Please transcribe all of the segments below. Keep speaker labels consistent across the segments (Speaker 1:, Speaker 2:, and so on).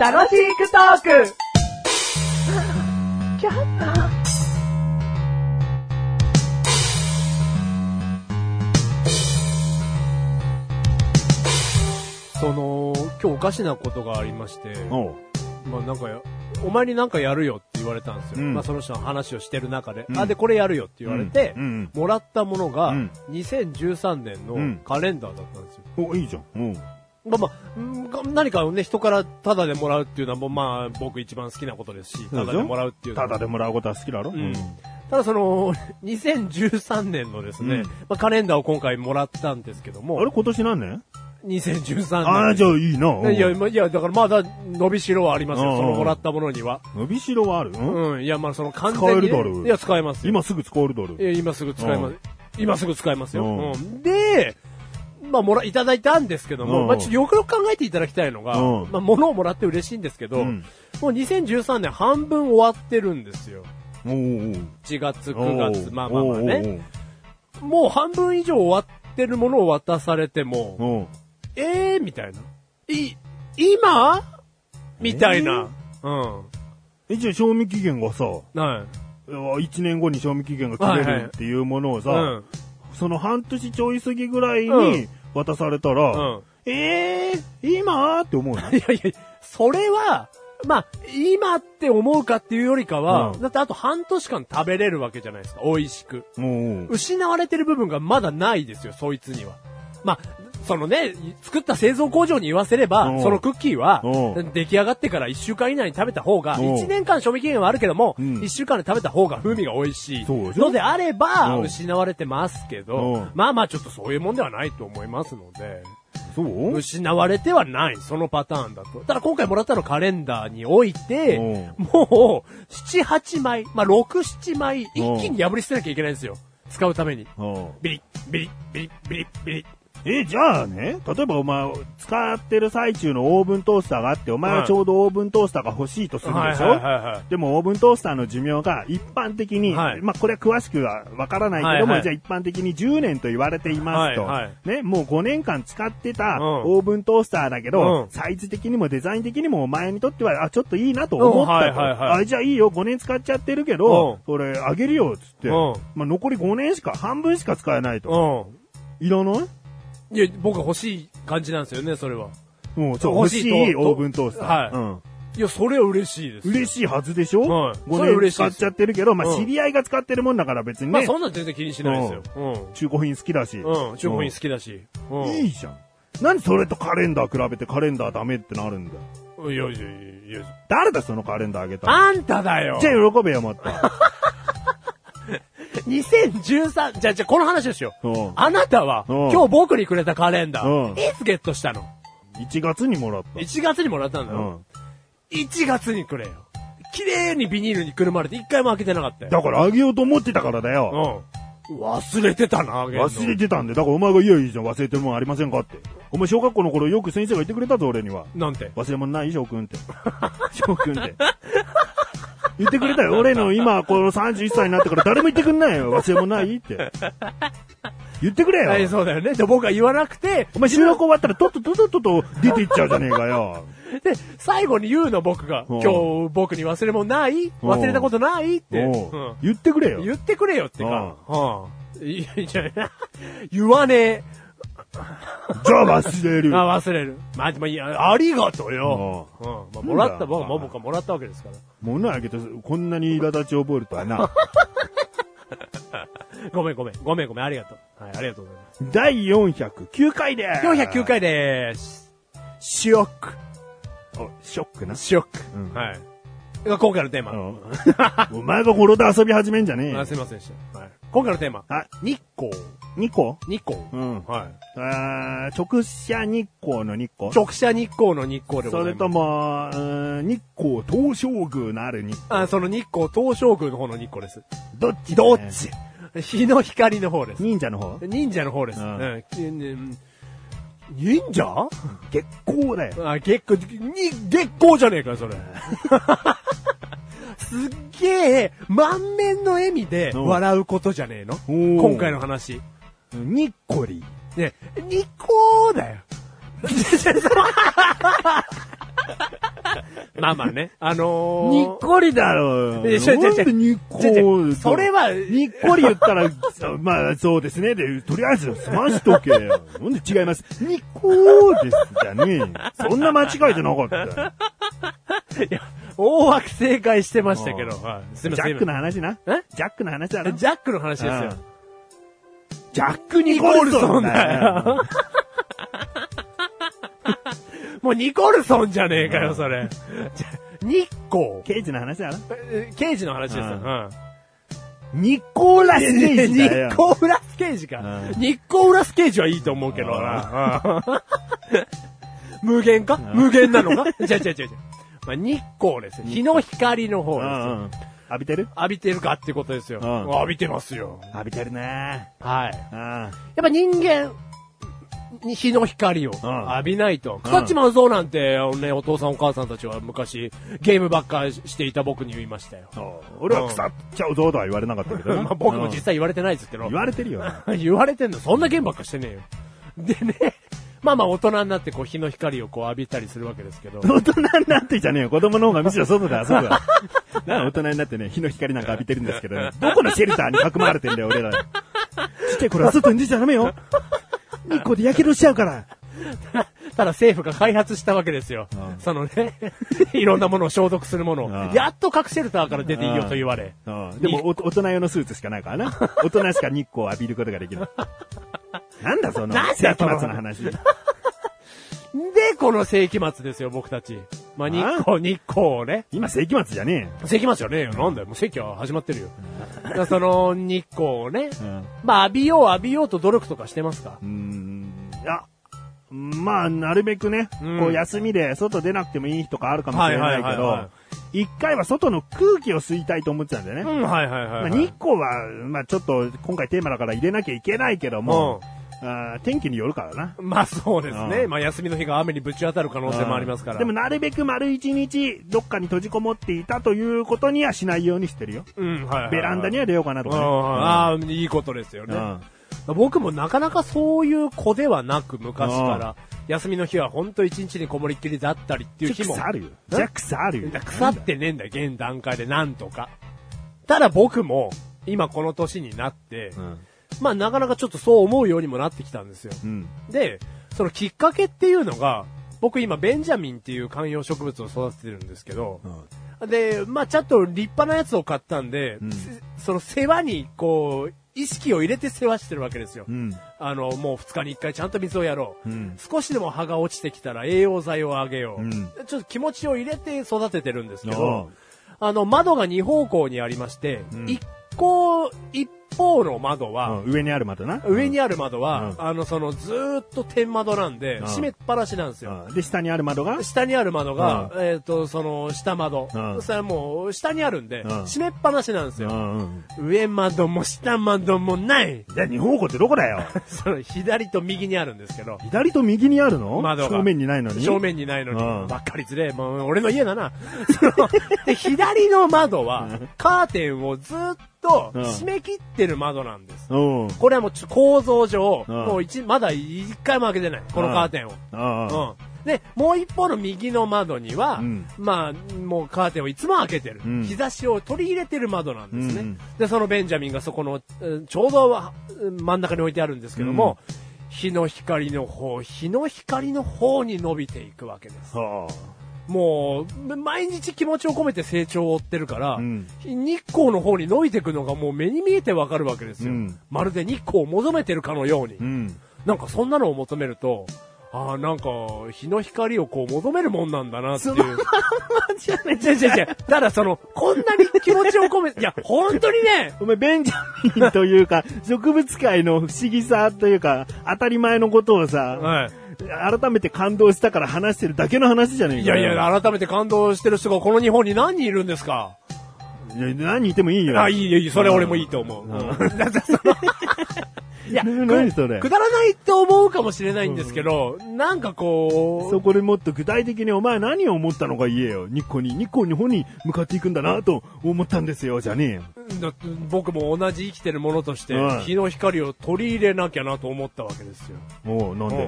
Speaker 1: 楽しくトーク
Speaker 2: その、今日おかしなことがありまして、
Speaker 3: おう。
Speaker 2: まあなんかや、お前になんかやるよって言われたんですよ。
Speaker 3: うん
Speaker 2: まあその人の話をしてる中で、
Speaker 3: うん
Speaker 2: あ、で、これやるよって言われて、
Speaker 3: うんうん
Speaker 2: もらったものが、
Speaker 3: うん
Speaker 2: 2013年
Speaker 3: うん
Speaker 2: のカレンダーだったんですよ。
Speaker 3: お、いいじゃん。うん。
Speaker 2: まあまあうんが、何かをね、人からタダでもらうっていうのは、もうまあ、僕一番好きなことですし、
Speaker 3: そ
Speaker 2: タ
Speaker 3: うでしょ
Speaker 2: ダでもらうっていうの
Speaker 3: た
Speaker 2: は
Speaker 3: だでもらうことは好きだろ。う
Speaker 2: うんただその、2013年のですね、
Speaker 3: うん
Speaker 2: まあ、カレンダーを今回もらったんですけども、
Speaker 3: あれ今年何年
Speaker 2: 2013年。
Speaker 3: ああ、じゃあいいな。うん
Speaker 2: いや、まあいや、だからまだ伸びしろはあります
Speaker 3: うん
Speaker 2: よ、そのもらったものには。
Speaker 3: 伸びしろはあるうん
Speaker 2: うん、いや、まあその完全に、ね。
Speaker 3: 使えるだろう
Speaker 2: いや、使えますよ。
Speaker 3: 今すぐ使えるだろ
Speaker 2: い。や、今すぐ使えま
Speaker 3: う
Speaker 2: す
Speaker 3: ん。
Speaker 2: 今すぐ使えますよ。
Speaker 3: うん
Speaker 2: うんで、まあ、もら、いただいたんですけども、
Speaker 3: うん
Speaker 2: まあ、ちょっとよくよく考えていただきたいのが、
Speaker 3: うん
Speaker 2: まあ、物をもらって嬉しいんですけど、
Speaker 3: うん
Speaker 2: もう2013年半分終わってるんですよ。
Speaker 3: おう
Speaker 2: 1月、
Speaker 3: おう
Speaker 2: 9月、まあまあまあ
Speaker 3: おうお
Speaker 2: ね。
Speaker 3: う
Speaker 2: もう半分以上終わってるものを渡されても、
Speaker 3: おうおう
Speaker 2: えー、みたいな。い、今みたいな。
Speaker 3: え、じゃあ賞味期限がさ、
Speaker 2: うん。はい。
Speaker 3: 1年後に賞味期限が切れるっていうものをさ、
Speaker 2: うん。
Speaker 3: その半年ちょい過ぎぐらいうに渡されたら、
Speaker 2: うん
Speaker 3: えー、今って思うの
Speaker 2: いやいや、それは、まあ、今って思うかっていうよりかは、
Speaker 3: うん
Speaker 2: だってあと半年間食べれるわけじゃないですか、美味しく。
Speaker 3: もう、
Speaker 2: 失われてる部分がまだないですよ、そいつには。まあ、そのね、作った製造工場に言わせれば、
Speaker 3: うん
Speaker 2: そのクッキーは
Speaker 3: う、
Speaker 2: 出来上がってから1週間以内に食べた方が、
Speaker 3: うん
Speaker 2: 1年間賞味期限はあるけども、
Speaker 3: うん
Speaker 2: 1週間で食べた方が風味が美味しい。
Speaker 3: そうでしょ
Speaker 2: のであれば、
Speaker 3: うん
Speaker 2: 失われてますけ
Speaker 3: う
Speaker 2: ど
Speaker 3: ん、
Speaker 2: まあまあちょっとそういうもんではないと思いますので。
Speaker 3: そう
Speaker 2: 失われてはない、そのパターンだと。ただ今回もらったのカレンダーにおいて、
Speaker 3: う
Speaker 2: もう、7、8枚、まあ、6、7枚、一気に破り捨てなきゃいけないんですよ。使うために。
Speaker 3: うん
Speaker 2: ビリッ、ビリッ、ビリッ、ビリッ、ビリッ。
Speaker 3: え、じゃあね、例えばお前、使ってる最中のオーブントースターがあって、お前
Speaker 2: は
Speaker 3: はいちょうどオーブントースターが欲しいとするでしょ、
Speaker 2: はいはいはいはい
Speaker 3: でもオーブントースターの寿命が一般的に、
Speaker 2: はい
Speaker 3: まあこれは詳しくはわからないけども、
Speaker 2: はいはい
Speaker 3: じゃあ一般的に10年と言われていますと、
Speaker 2: はいはい
Speaker 3: ね、もう5年間使ってた
Speaker 2: うん
Speaker 3: オーブントースターだけど、
Speaker 2: うん
Speaker 3: サイズ的にもデザイン的にもお前にとっては、あ、ちょっといいなと思った
Speaker 2: う
Speaker 3: と。
Speaker 2: んはいはいはい
Speaker 3: あ、じゃあいいよ、5年使っちゃってるけど、
Speaker 2: うん
Speaker 3: それあげるよ、つって、
Speaker 2: うん
Speaker 3: まあ残り5年しか、半分しか使えないと。
Speaker 2: う
Speaker 3: いらない
Speaker 2: ん。いや、僕は欲しい感じなんですよね、それは。
Speaker 3: もう、そう、
Speaker 2: 欲
Speaker 3: 欲
Speaker 2: し
Speaker 3: し
Speaker 2: い
Speaker 3: い
Speaker 2: と
Speaker 3: オーブントースター。
Speaker 2: はい
Speaker 3: うん。
Speaker 2: いや、それは嬉しいです。
Speaker 3: 嬉しいはずでしょ
Speaker 2: はいそれ
Speaker 3: 5
Speaker 2: 嬉
Speaker 3: 年
Speaker 2: しい
Speaker 3: 使
Speaker 2: で
Speaker 3: っ
Speaker 2: す
Speaker 3: ちゃってるけど、ま
Speaker 2: う
Speaker 3: あ
Speaker 2: ん
Speaker 3: 知り合いが使ってるもんだから別に
Speaker 2: まあ、
Speaker 3: ね、
Speaker 2: そんなん全然気にしないですよ。う
Speaker 3: 中古品好きだし。
Speaker 2: ん。うん。中古品好きだし。う
Speaker 3: うん
Speaker 2: ん。
Speaker 3: いいじゃん。なんでそれとカレンダー比べてカレンダーダメってなるんだよ。
Speaker 2: いやいやいやいや。
Speaker 3: 誰だそのカレンダーあげたの
Speaker 2: あんただよ
Speaker 3: じゃあ喜べよ、もっと。
Speaker 2: 2013、じゃあ、じゃあ、この話をしよう
Speaker 3: うん。
Speaker 2: あなたは、
Speaker 3: うん
Speaker 2: 今日僕にくれたカレンダ
Speaker 3: うん
Speaker 2: ー、いつゲットしたの
Speaker 3: 1月にもらった。
Speaker 2: ?1 月にもらったんだ
Speaker 3: う
Speaker 2: よ。
Speaker 3: ん。
Speaker 2: 1月にくれよ。綺麗にビニールにくるまれて一回も開けてなかったよ。
Speaker 3: だからあげようと思ってたからだよ。
Speaker 2: うん。忘れてたな、あげんの
Speaker 3: 忘れてたんで、だからお前がいいよいいじゃん、忘れてるもんありませんかって。お前小学校の頃よく先生が言ってくれたぞ、俺には。
Speaker 2: なんて。
Speaker 3: 忘れ物ない翔くんって。 翔くんって。言ってくれたよ。俺の今、この31歳になってから誰も言ってくんないよ。忘れ物ないって。言ってくれよ。
Speaker 2: はい、そうだよね。で、僕は言わなくて、
Speaker 3: お前収録終わったらとっととっととと出て行っちゃうじゃねえかよ。
Speaker 2: で、最後に言うの僕が、
Speaker 3: うん
Speaker 2: 今日僕に忘れ物ない忘れたことないって、
Speaker 3: おう
Speaker 2: うん
Speaker 3: 言ってくれよ。
Speaker 2: 言ってくれよってか。うん。いやいや、言わねえ。
Speaker 3: じゃあ忘れる。
Speaker 2: あ、忘れる。まあ、でもいや、ありがとうよ。うん。まあ、もらった、
Speaker 3: なんだ
Speaker 2: 僕は、僕はもらったわけですから。
Speaker 3: 物あげてこんなに苛立ちを覚えるとはな。
Speaker 2: ごめん、ごめん。ごめん、ごめん。ありがとう。はい、ありがとうございます。
Speaker 3: 第409回で
Speaker 2: 409。回でーす。ショック。
Speaker 3: おショックな。
Speaker 2: ショック。
Speaker 3: うん
Speaker 2: はい。が今回のテーマ。
Speaker 3: お前がこれで遊び始めんじゃねえよ
Speaker 2: あすいませんでした。はい。今回のテーマ。
Speaker 3: はい。
Speaker 2: 日光。
Speaker 3: 2個
Speaker 2: 日光。
Speaker 3: うん。
Speaker 2: はい。
Speaker 3: あー直射日光の日光
Speaker 2: 直射日光の日光でござ
Speaker 3: そ
Speaker 2: います。
Speaker 3: れとも、うーん日光東照宮のある日光
Speaker 2: あ、その日光、東照宮の方の日光です。
Speaker 3: どっちだね
Speaker 2: どっち日の光の方です。
Speaker 3: 忍者の方
Speaker 2: 忍者の方です。う
Speaker 3: うん
Speaker 2: ん。きうん忍者
Speaker 3: 月光だよ。
Speaker 2: あ、月光、に、月光じゃねえかよ、 それ。すっげえ、満面の笑みで
Speaker 3: うん
Speaker 2: 笑うことじゃねえの
Speaker 3: おー
Speaker 2: 今回の話。
Speaker 3: 日光り。
Speaker 2: ね、ニコーだよ。 まあまあね。あのー、
Speaker 3: にっこりだろう
Speaker 2: いや
Speaker 3: よ。
Speaker 2: 違う違う違う
Speaker 3: なんでに
Speaker 2: 違
Speaker 3: っ
Speaker 2: う
Speaker 3: こ
Speaker 2: 違うそれは
Speaker 3: にっこり言ったら、 そうまあそうですね。で、とりあえず済ましとけよ。なんで違います。にっこーですじゃねえよそんな間違いじゃなかったよ。
Speaker 2: いや、大枠正解してましたけど。
Speaker 3: うん
Speaker 2: はい す
Speaker 3: ジ
Speaker 2: い
Speaker 3: ャ
Speaker 2: ません。
Speaker 3: ックの話な。
Speaker 2: え
Speaker 3: ジャックの話だろ。
Speaker 2: ジャックの話ですよ。
Speaker 3: ジャック・ニコルソンだ よ。
Speaker 2: もうニコルソンじゃねえかよ、それ。じゃ日光。
Speaker 3: 刑事の話だろ。
Speaker 2: え刑事の話ですよ。
Speaker 3: う
Speaker 2: うん。
Speaker 3: ニコラス・
Speaker 2: ニ
Speaker 3: 刑事だよ
Speaker 2: ッ。コウラス刑事か
Speaker 3: う。
Speaker 2: ニッコウラス刑事はいいと思うけどな。うん無限か無限なのか違う違う違う 違う。まあ、日光ですよ。日の光の方で
Speaker 3: う
Speaker 2: すよ。
Speaker 3: んうん浴びてる
Speaker 2: 浴びてるかってことですよ。
Speaker 3: うん
Speaker 2: 浴びてますよ。
Speaker 3: 浴びてるね。
Speaker 2: はい。
Speaker 3: うん。
Speaker 2: やっぱ人間、日の光を
Speaker 3: うん
Speaker 2: 浴びないと。草地マウゾウなんて、ね、お父さんお母さんたちは昔、ゲームばっかしていた僕に言いましたよ。
Speaker 3: 俺は腐っちゃうぞとは言われなかったけどね。
Speaker 2: まあ僕も実
Speaker 3: 際
Speaker 2: 際言われてないですけど
Speaker 3: 言。われてるよね。
Speaker 2: 言われてんの。そんなゲームばっかしてねえよ。でね、まあまあ大人になってこう日の光をこう浴びたりするわけですけど。
Speaker 3: 大人になってじゃねえよ。子供の方がむしろ外で遊ぶわ。なあ大人になってね、日の光なんか浴びてるんですけ どね。どこのシェルターに囲まれてんだよ、俺ら。ちっちゃい頃は外に出ちゃダメよ。日光で火傷しちゃうから。
Speaker 2: ただ政府が開発したわけですよ。
Speaker 3: うん
Speaker 2: そのね、 いろんなものを消毒するものを。
Speaker 3: ん
Speaker 2: やっと核シェルターから出ていいよと言われ。
Speaker 3: うんでも、お大人用のスーツしかないからな。大人しか日光を浴びることができない。なんだその
Speaker 2: なんだ、
Speaker 3: 世紀末の話。
Speaker 2: で、この世紀末ですよ、僕たち。まあ、日光、日光をね。
Speaker 3: 今世紀末じゃね
Speaker 2: 世紀末じゃねえよ。なんだよ。もう世紀は始まってるよ。だからその日光をね。
Speaker 3: えよ。
Speaker 2: まあ、浴びよう浴びようと努力とかしてますか
Speaker 3: うーんいや、まあ、なるべくね、
Speaker 2: うん
Speaker 3: こう休みで外出なくてもいい日とかあるかもしれな
Speaker 2: はいは
Speaker 3: いけ
Speaker 2: いはいは
Speaker 3: ど、一回は外の空気を吸いたいと思ってたんだよね。
Speaker 2: ん、はいはいは
Speaker 3: まあ、日光は、まあちょっと今回テーマだから入れなきゃいけないけども、あー天気によるからな。
Speaker 2: まあそうですね。
Speaker 3: うん
Speaker 2: まあ休みの日が雨にぶち当たる可能性もありますから。
Speaker 3: でもなるべく丸一日どっかに閉じこもっていたということにはしないようにしてるよ。
Speaker 2: うん、はいはいはい
Speaker 3: ベランダに
Speaker 2: うん
Speaker 3: は出ようかなとかね。
Speaker 2: ああ、いいことですよ
Speaker 3: うん
Speaker 2: ね。僕もなかなかそういう子ではなく、昔から。休みの日はほんと一日にこもりっきりだったりっていう
Speaker 3: じ
Speaker 2: 日
Speaker 3: ゃあ
Speaker 2: も。
Speaker 3: 腐るよ。じゃあ腐るよ。
Speaker 2: 腐ってねえんだよ、現段階でなんとか。ただ僕も、今この年になって、
Speaker 3: うん。
Speaker 2: まあなかなかちょっとそう思うようにもなってきたんですよ。
Speaker 3: うん。
Speaker 2: で、そのきっかけっていうのが、僕今ベンジャミンっていう観葉植物を育ててるんですけど、
Speaker 3: うん
Speaker 2: で、まあちょっと立派なやつを買ったんで、
Speaker 3: ん
Speaker 2: せその世話にこう、意識を入れて世話してるわけですよ。
Speaker 3: うん。
Speaker 2: あの、もう2日に1回ちゃんと水をやろう。
Speaker 3: うん
Speaker 2: 少しでも葉が落ちてきたら栄養剤をあげよう。
Speaker 3: うん
Speaker 2: ちょっと気持ちを入れて育ててるんですけ
Speaker 3: お
Speaker 2: ど
Speaker 3: う、
Speaker 2: あの、窓が2方向にありまして、
Speaker 3: うん
Speaker 2: 一個、一方の窓は、
Speaker 3: うん上にあるまたな。
Speaker 2: 上にある窓は、
Speaker 3: うん
Speaker 2: あの、その、ずーっと天窓なんで、
Speaker 3: うん
Speaker 2: 閉めっぱなしなんですよ。
Speaker 3: うんで、下にある窓が、
Speaker 2: 下にある窓が、
Speaker 3: う
Speaker 2: えっ、と、その、下窓。
Speaker 3: うん
Speaker 2: それはもう、下にあるんで、
Speaker 3: うん
Speaker 2: 閉めっぱなしなんです
Speaker 3: う
Speaker 2: よ。
Speaker 3: んうん。
Speaker 2: 上窓も下窓もない
Speaker 3: じゃあ、二方向ってどこだ よ
Speaker 2: その、左と右にあるんですけど、
Speaker 3: 左と右にあるの
Speaker 2: 窓が
Speaker 3: 正面にないのに。
Speaker 2: 正面にないのに、
Speaker 3: うん
Speaker 2: ばっかりずれえ、もう、俺の家だ な。そので左の窓は、カーテンをずーっと、
Speaker 3: うん
Speaker 2: 閉め切ってる窓なんです。
Speaker 3: うん。
Speaker 2: これはもうちょ、構造上、
Speaker 3: うん
Speaker 2: もう一、まだ一回も開けてない。このカーテンを。
Speaker 3: ああ。
Speaker 2: うん。で、もう一方の右の窓には、
Speaker 3: うん
Speaker 2: まあ、もうカーテンをいつも開けてる。
Speaker 3: うん
Speaker 2: 日差しを取り入れてる窓なんですね。
Speaker 3: うんうん
Speaker 2: で、そのベンジャミンがそこの、うんちょうどはうん真ん中に置いてあるんですけども、日の光の方、日の光の方に伸びていくわけです。
Speaker 3: は
Speaker 2: もう、毎日気持ちを込めて成長を追ってるから、
Speaker 3: うん
Speaker 2: 日光の方に伸びていくのがもう目に見えてわかるわけですよ。
Speaker 3: うん
Speaker 2: まるで日光を求めてるかのように。
Speaker 3: あ。うん。
Speaker 2: なんかそんなのを求めると、ああ、なんか、日の光をこう求めるもんなんだなっていう。
Speaker 3: じゃね
Speaker 2: 違う違う違う。ただその、こんなに気持ちを込めて、いや、本当にね、
Speaker 3: お前、ベンジャミンというか、 植物界の不思議さというか、当たり前のことをさ、
Speaker 2: は
Speaker 3: 改めて感動したから話してるだけの話じゃねえ
Speaker 2: い。い
Speaker 3: か
Speaker 2: やい
Speaker 3: よ。
Speaker 2: や、改めて感動してる人がこの日本に何人いるんですか
Speaker 3: いや何言ってもいいよ。
Speaker 2: あ、いいよ、いい、それ俺もいいと思 う。うんだってそのいや、
Speaker 3: な何それ
Speaker 2: くだらないと思うかもしれないんですけど、なんかこ
Speaker 3: そこでもっと具体的にお前何を思ったのか言えよ。日光に、日光の方に向かっていくんだなと思ったんですよ、じゃねえよ。
Speaker 2: う、だって僕も同じ生きてるものとして
Speaker 3: うん、
Speaker 2: 日の光を取り入れなきゃなと思ったわけですよ。
Speaker 3: もう、なんで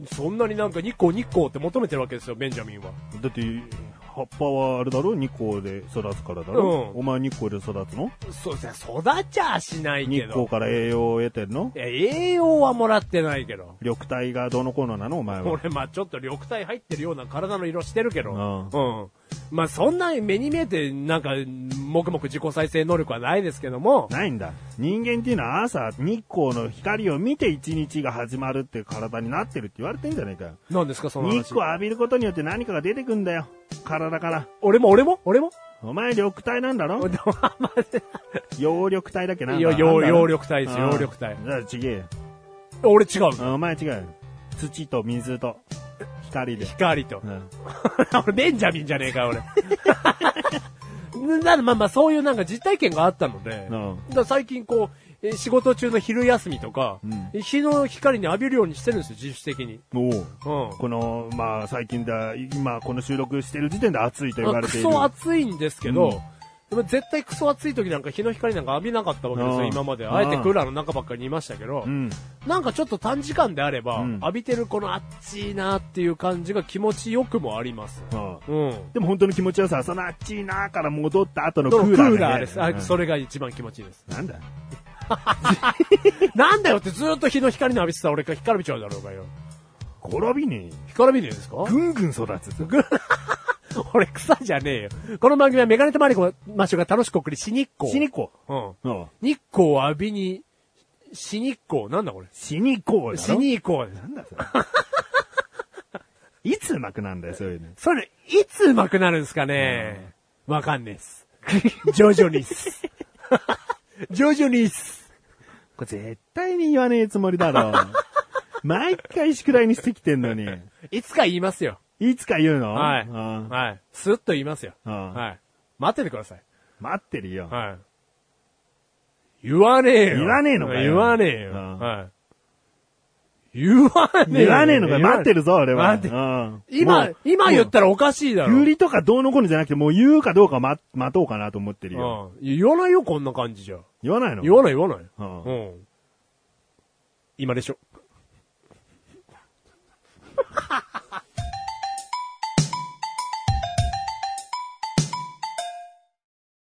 Speaker 2: うそんなになんか日光日光って求めてるわけですよ、ベンジャミンは。
Speaker 3: だって、葉っぱはあれだろ日光で育つからだろ、
Speaker 2: うん
Speaker 3: お前日光で育つの
Speaker 2: そうですね、育ちゃしない
Speaker 3: 日
Speaker 2: け
Speaker 3: 光
Speaker 2: ど。
Speaker 3: から栄養を得てるの
Speaker 2: いや栄養はもらってないけど。
Speaker 3: 緑体がどうのこうのなのお前は。
Speaker 2: 俺、まあちょっと緑体入ってるような体の色してるけど。
Speaker 3: あ
Speaker 2: うん。まあそんな目に見えて、なんか、もくもく自己再生能力はないですけども。
Speaker 3: ないんだ。人間っていうのは朝日光の光を見て一日が始まるって体になってるって言われてんじゃねえかよ。
Speaker 2: 何ですか、その
Speaker 3: 日
Speaker 2: 話。
Speaker 3: 光浴びることによって何かが出てくんだよ。体から。
Speaker 2: 俺も俺も俺も
Speaker 3: お前緑体なんだろ葉緑体だっけなんだ
Speaker 2: いや葉
Speaker 3: なんだろ
Speaker 2: 葉緑体です
Speaker 3: ああ
Speaker 2: 葉緑体
Speaker 3: じゃあちげえよ
Speaker 2: 俺違う。
Speaker 3: あ。お前違うよ。土と水と光で。
Speaker 2: 光と
Speaker 3: う。ん
Speaker 2: 俺、 ベンジャミンじゃねえかよ、俺。 なまあまあ、そういうなんか実体験があったので、
Speaker 3: う
Speaker 2: だか
Speaker 3: ん
Speaker 2: ら最近こう、えー仕事中の昼休みとか、
Speaker 3: う
Speaker 2: 日の光に浴びるようにしてるんですよ、自主的に。
Speaker 3: おう
Speaker 2: うん。
Speaker 3: この、まあ、最近だ、今、この収録してる時点で暑いと言われている。
Speaker 2: クソ暑いんですけど、でも絶対クソ暑い時なんか日の光なんか浴びなかったわけです
Speaker 3: う
Speaker 2: よ、
Speaker 3: ん
Speaker 2: 今まで。
Speaker 3: うん
Speaker 2: あえてクーラーの中ばっかりにいましたけど、
Speaker 3: うん。
Speaker 2: なんかちょっと短時間であれば、
Speaker 3: うん
Speaker 2: 浴びてるこの暑いなっていう感じが気持ちよくもあります。
Speaker 3: うん
Speaker 2: うん。
Speaker 3: でも本当の気持ちよさは、その暑いなーから戻った後のク
Speaker 2: ク
Speaker 3: ー
Speaker 2: ー
Speaker 3: ラー,、
Speaker 2: ラーです。あ、そ
Speaker 3: れ。
Speaker 2: れが一番気持ちいいです。
Speaker 3: なんだ
Speaker 2: なんだよってずっと日の光の浴びてたら俺が干からびちゃうだろうがよ。
Speaker 3: 転びに、
Speaker 2: 干からびねえですか
Speaker 3: ぐんぐん育つ。
Speaker 2: 俺草じゃねえよ。この番組はメガネとマリコマシュが楽しくお送りし日光。
Speaker 3: 死にこ
Speaker 2: うん。
Speaker 3: う。うん。
Speaker 2: 日光を浴びに、し日光。なんだこれ。
Speaker 3: 死にこうだろ。
Speaker 2: しに行こう。
Speaker 3: なんだそれ。 いつうまくなんだよ、そういうの。
Speaker 2: それ、いつ上手くなるんですかねわかんねえっす。徐々にっす。徐々にっす。
Speaker 3: これ絶対に言わねえつもりだろ。毎回宿題にしてきてんのに。
Speaker 2: いつか言いますよ。
Speaker 3: いつか言うの
Speaker 2: はい。
Speaker 3: うん
Speaker 2: はい。スッと言いますよ。
Speaker 3: うん
Speaker 2: はい。待っててください。
Speaker 3: 待ってるよ。
Speaker 2: はい。言わねえよ。
Speaker 3: 言わねえのかよ
Speaker 2: 言わねえよ。
Speaker 3: うん
Speaker 2: はい。言わねえよ。
Speaker 3: 言わねえのかよ、待ってるぞ、俺は。
Speaker 2: 待って
Speaker 3: うん
Speaker 2: 今、今言っ。たらおかしいだろ。
Speaker 3: ゆりとかどうのこうのじゃなくて、もう言うかどうか待、待とうかなと思ってるよ。
Speaker 2: うん言わないよ、こんな感じじゃ。
Speaker 3: 言わないの
Speaker 2: 言わない言わない。
Speaker 3: うん
Speaker 2: うん。今でしょ。